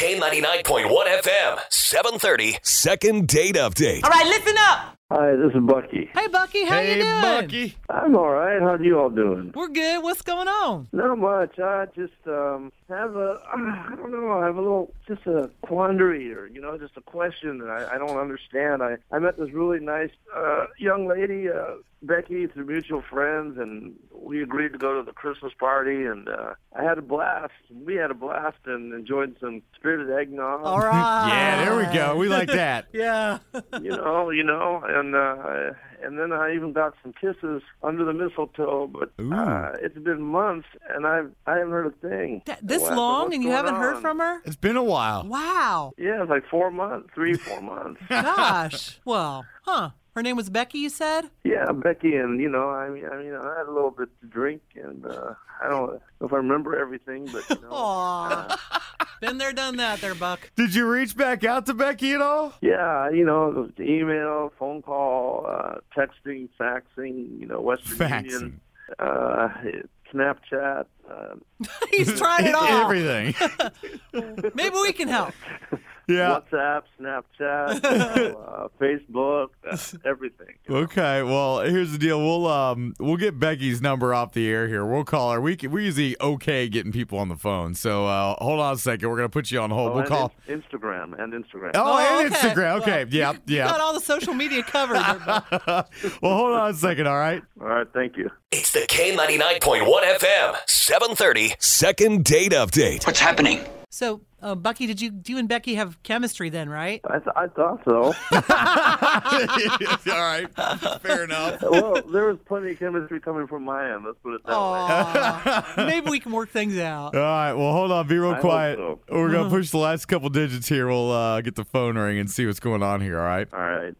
K99.1 FM, 730. Second date update. All right, listen up. Hi, this is Bucky. Hey, Bucky, how hey, you doing? Bucky. I'm all right. How you all doing? We're good. What's going on? Not much. I just um have a I don't know. I have a little just a quandary or you know just a question that I, I don't understand. I I met this really nice uh, young lady. Uh, Becky through mutual friends, and we agreed to go to the Christmas party, and uh, I had a blast. We had a blast and enjoyed some spirited eggnog. All right. Yeah, there we go. We like that. Yeah. you know, you know, and uh, and then I even got some kisses under the mistletoe. But uh, it's been months, and I I haven't heard a thing. That- this What's long and you going haven't heard on? from her? It's been a while. Wow. Yeah, it's like four months, three four months. Gosh. well, huh. Her name was Becky, you said? Yeah, Becky, and you know, I mean, I mean, I had a little bit to drink, and uh, I don't know if I remember everything, but you know, Aw. Been there, done that there, Buck. Did you reach back out to Becky at all? yeah, you know, the email, phone call, uh, texting, faxing, you know, Western Faxing. Union, uh, Snapchat. Uh, He's tried it all. E- Everything. Maybe we can help. yeah. WhatsApp, Snapchat, you know, uh, Facebook, uh, everything. Okay, well, here's the deal. We'll um we'll get Becky's number off the air here. We'll call her. We c- we're usually okay getting people on the phone. So uh, hold on a second. We're gonna put you on hold. Oh, we'll and call. Ins- Instagram and Instagram. Oh, Oh, and okay. Instagram. Well, Okay, yeah, Got yeah. all the social media covered. There, Buck. well, hold on a second. All right. All right, thank you. It's the K99.1 FM, 730. Second date update. What's happening? So, uh, Bucky, did you, you and Becky have chemistry then, right? I, th- I thought so. all right. Fair enough. well, there was plenty of chemistry coming from my end. Let's put it that way. Aw. Maybe we can work things out. All right. Well, hold on. Be real I hope quiet. so. We're gonna Hmm. push the last couple digits here. We'll uh, get the phone ring and see what's going on here. All right. All right.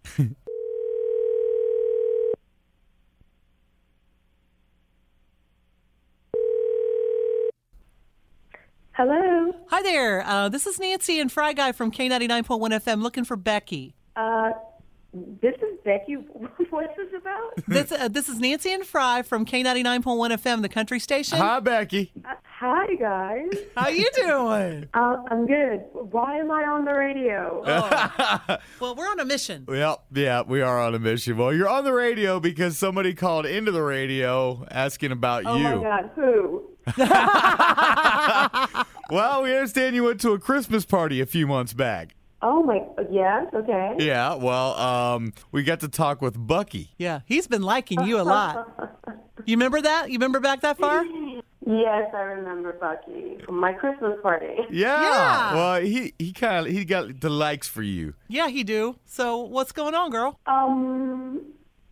Hello. Hi there. Uh, this is Nancy and Fry Guy from K99.1 FM looking for Becky. Uh, this is Becky. What's this about? This, uh, this is Nancy and Fry from K99.1 FM, the country station. Hi, Becky. Hi, guys. How you doing? Uh, I'm good. Why am I on the radio? well, we're on a mission. Yep, yeah, we are on a mission. Well, you're on the radio because somebody called into the radio asking about oh you. my God, who? Well, we understand you went to a Christmas party a few months back. Oh my. Yes. Okay. Yeah, well, um, we got to talk with Bucky. Yeah, he's been liking you a lot. You remember that? You remember back that far? Yes, I remember Bucky from my Christmas party. Yeah. Yeah. Well, he he kind of he got the likes for you. Yeah, he do. So what's going on, girl? Um,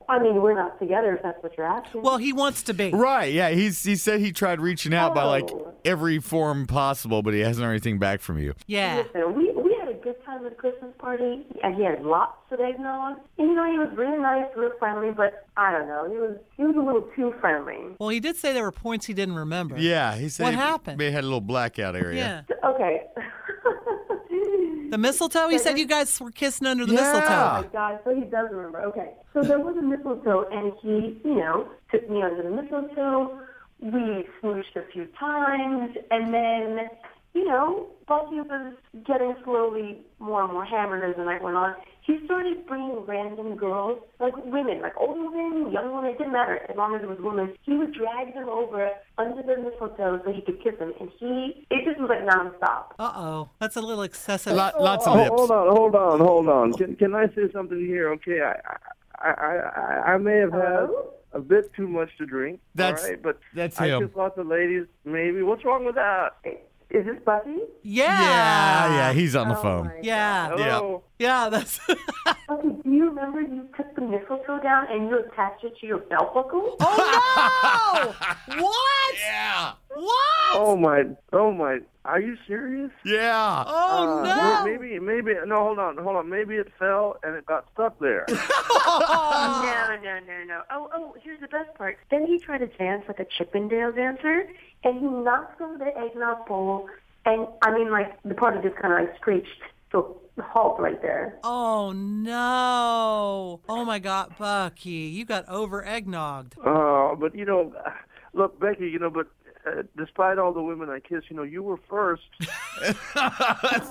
I mean, we're not together. If that's what you're asking. Well, he wants to be. Right. Yeah. He's he said he tried reaching out by like Oh. every form possible, but he hasn't heard anything back from you. Yeah. Listen, we we had a good time at the Christmas party, and he had lots of eggnog. And you know, he was really nice, real friendly, but I don't know, he was he was a little too friendly. Well, he did say there were points he didn't remember. Yeah. He said What he happened? May had a little blackout area. Yeah. Okay. The mistletoe. He said you guys were kissing under the Yeah. Oh, my mistletoe. God, so he does remember. Okay. So there was a mistletoe, and he, you know, took me under the mistletoe. We smooshed a few times, and then, you know, Bucky was getting slowly more and more hammered as the night went on. He started bringing random girls, like women, like older women, young women, it didn't matter, as long as it was women. He would drag them over under the mistletoe so he could kiss them, and he, it just was like nonstop. Uh oh, that's a little excessive. Lot, lots of Oh, nips. hold on, hold on, hold on. Can can I say something here? Okay, I I I, I- I may have had Hello? a bit too much to drink. That's- all right, but that's I him. just thought the ladies maybe. What's wrong with that? Is this Bucky? yeah. Yeah. Yeah. He's on the Oh phone. my Yeah. Hello. Yeah. That's. Okay, do you remember you took the mistletoe down and you attached it to your belt buckle? oh no! What? Yeah. What? Oh my! Oh my! Are you serious? Yeah. Oh Uh, no! Maybe, maybe. No, hold on, hold on. Maybe it fell and it got stuck there. No, no, no, no. Oh, oh, here's the best part. Then he tried to dance like a Chippendale dancer, and he knocked over the eggnog bowl, and I mean, like, the party just kind of like screeched to a halt right there. Oh no! Oh my God, Bucky, you got over eggnogged. Uh. Oh, but you know, look, Becky, you know, but uh, despite all the women I kissed, you know, you were first.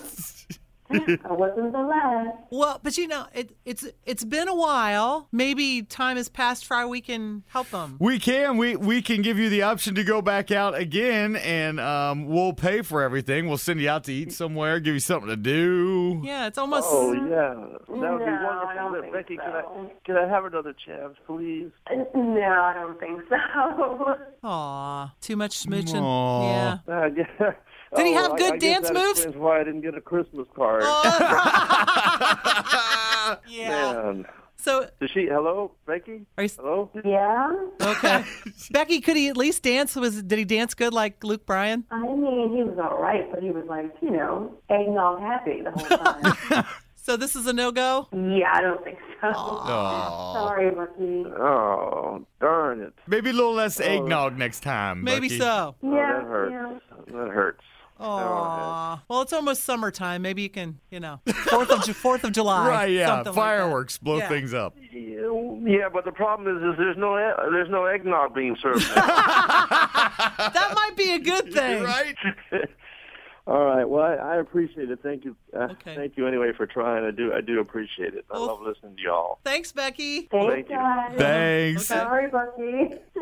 I wasn't the last. Well, but you know, it, it's it's been a while. Maybe time has passed. Fry, we can help them. We can. We we can give you the option to go back out again, and um, we'll pay for everything. We'll send you out to eat somewhere, give you something to do. Yeah, it's almost. Oh yeah, that would be No, I wonderful. don't Look, think Becky, could I so. could I have another chance, please? No, I don't think so. Aw, too much smooching. Aw. Yeah. Uh, yeah. Did he Oh, have I- good I guess dance that moves? Oh, explains why I didn't get a Christmas card. Yeah. Man, So, does she? Hello, Becky. are you, Hello. Yeah, okay. Becky, could he at least dance? Was did he dance good like Luke Bryan? I mean, he was all right, but he was like, you know, eggnog happy the whole time. So this is a no go. yeah, I don't think so. Sorry, Bucky. Oh, darn it. Maybe a little less eggnog next time. Maybe Bucky. so. Oh, Yeah, that hurts. yeah. That hurts. Oh, Aw. Well, it's almost summertime. Maybe you can, you know, Fourth of Ju- Fourth of July. Right? Yeah. something like that. Fireworks blow Yeah. things up. yeah. Yeah, but the problem is, is there's no e, there's no eggnog being served. That might be a good thing. Right? All right. Well, I, I appreciate it. Thank you. Uh, Okay. Thank you anyway for trying. I do. I do appreciate it. I Well- love listening to y'all. Thanks, Becky. Thanks, Thank you. guys. Thanks. Okay. Sorry, Bucky.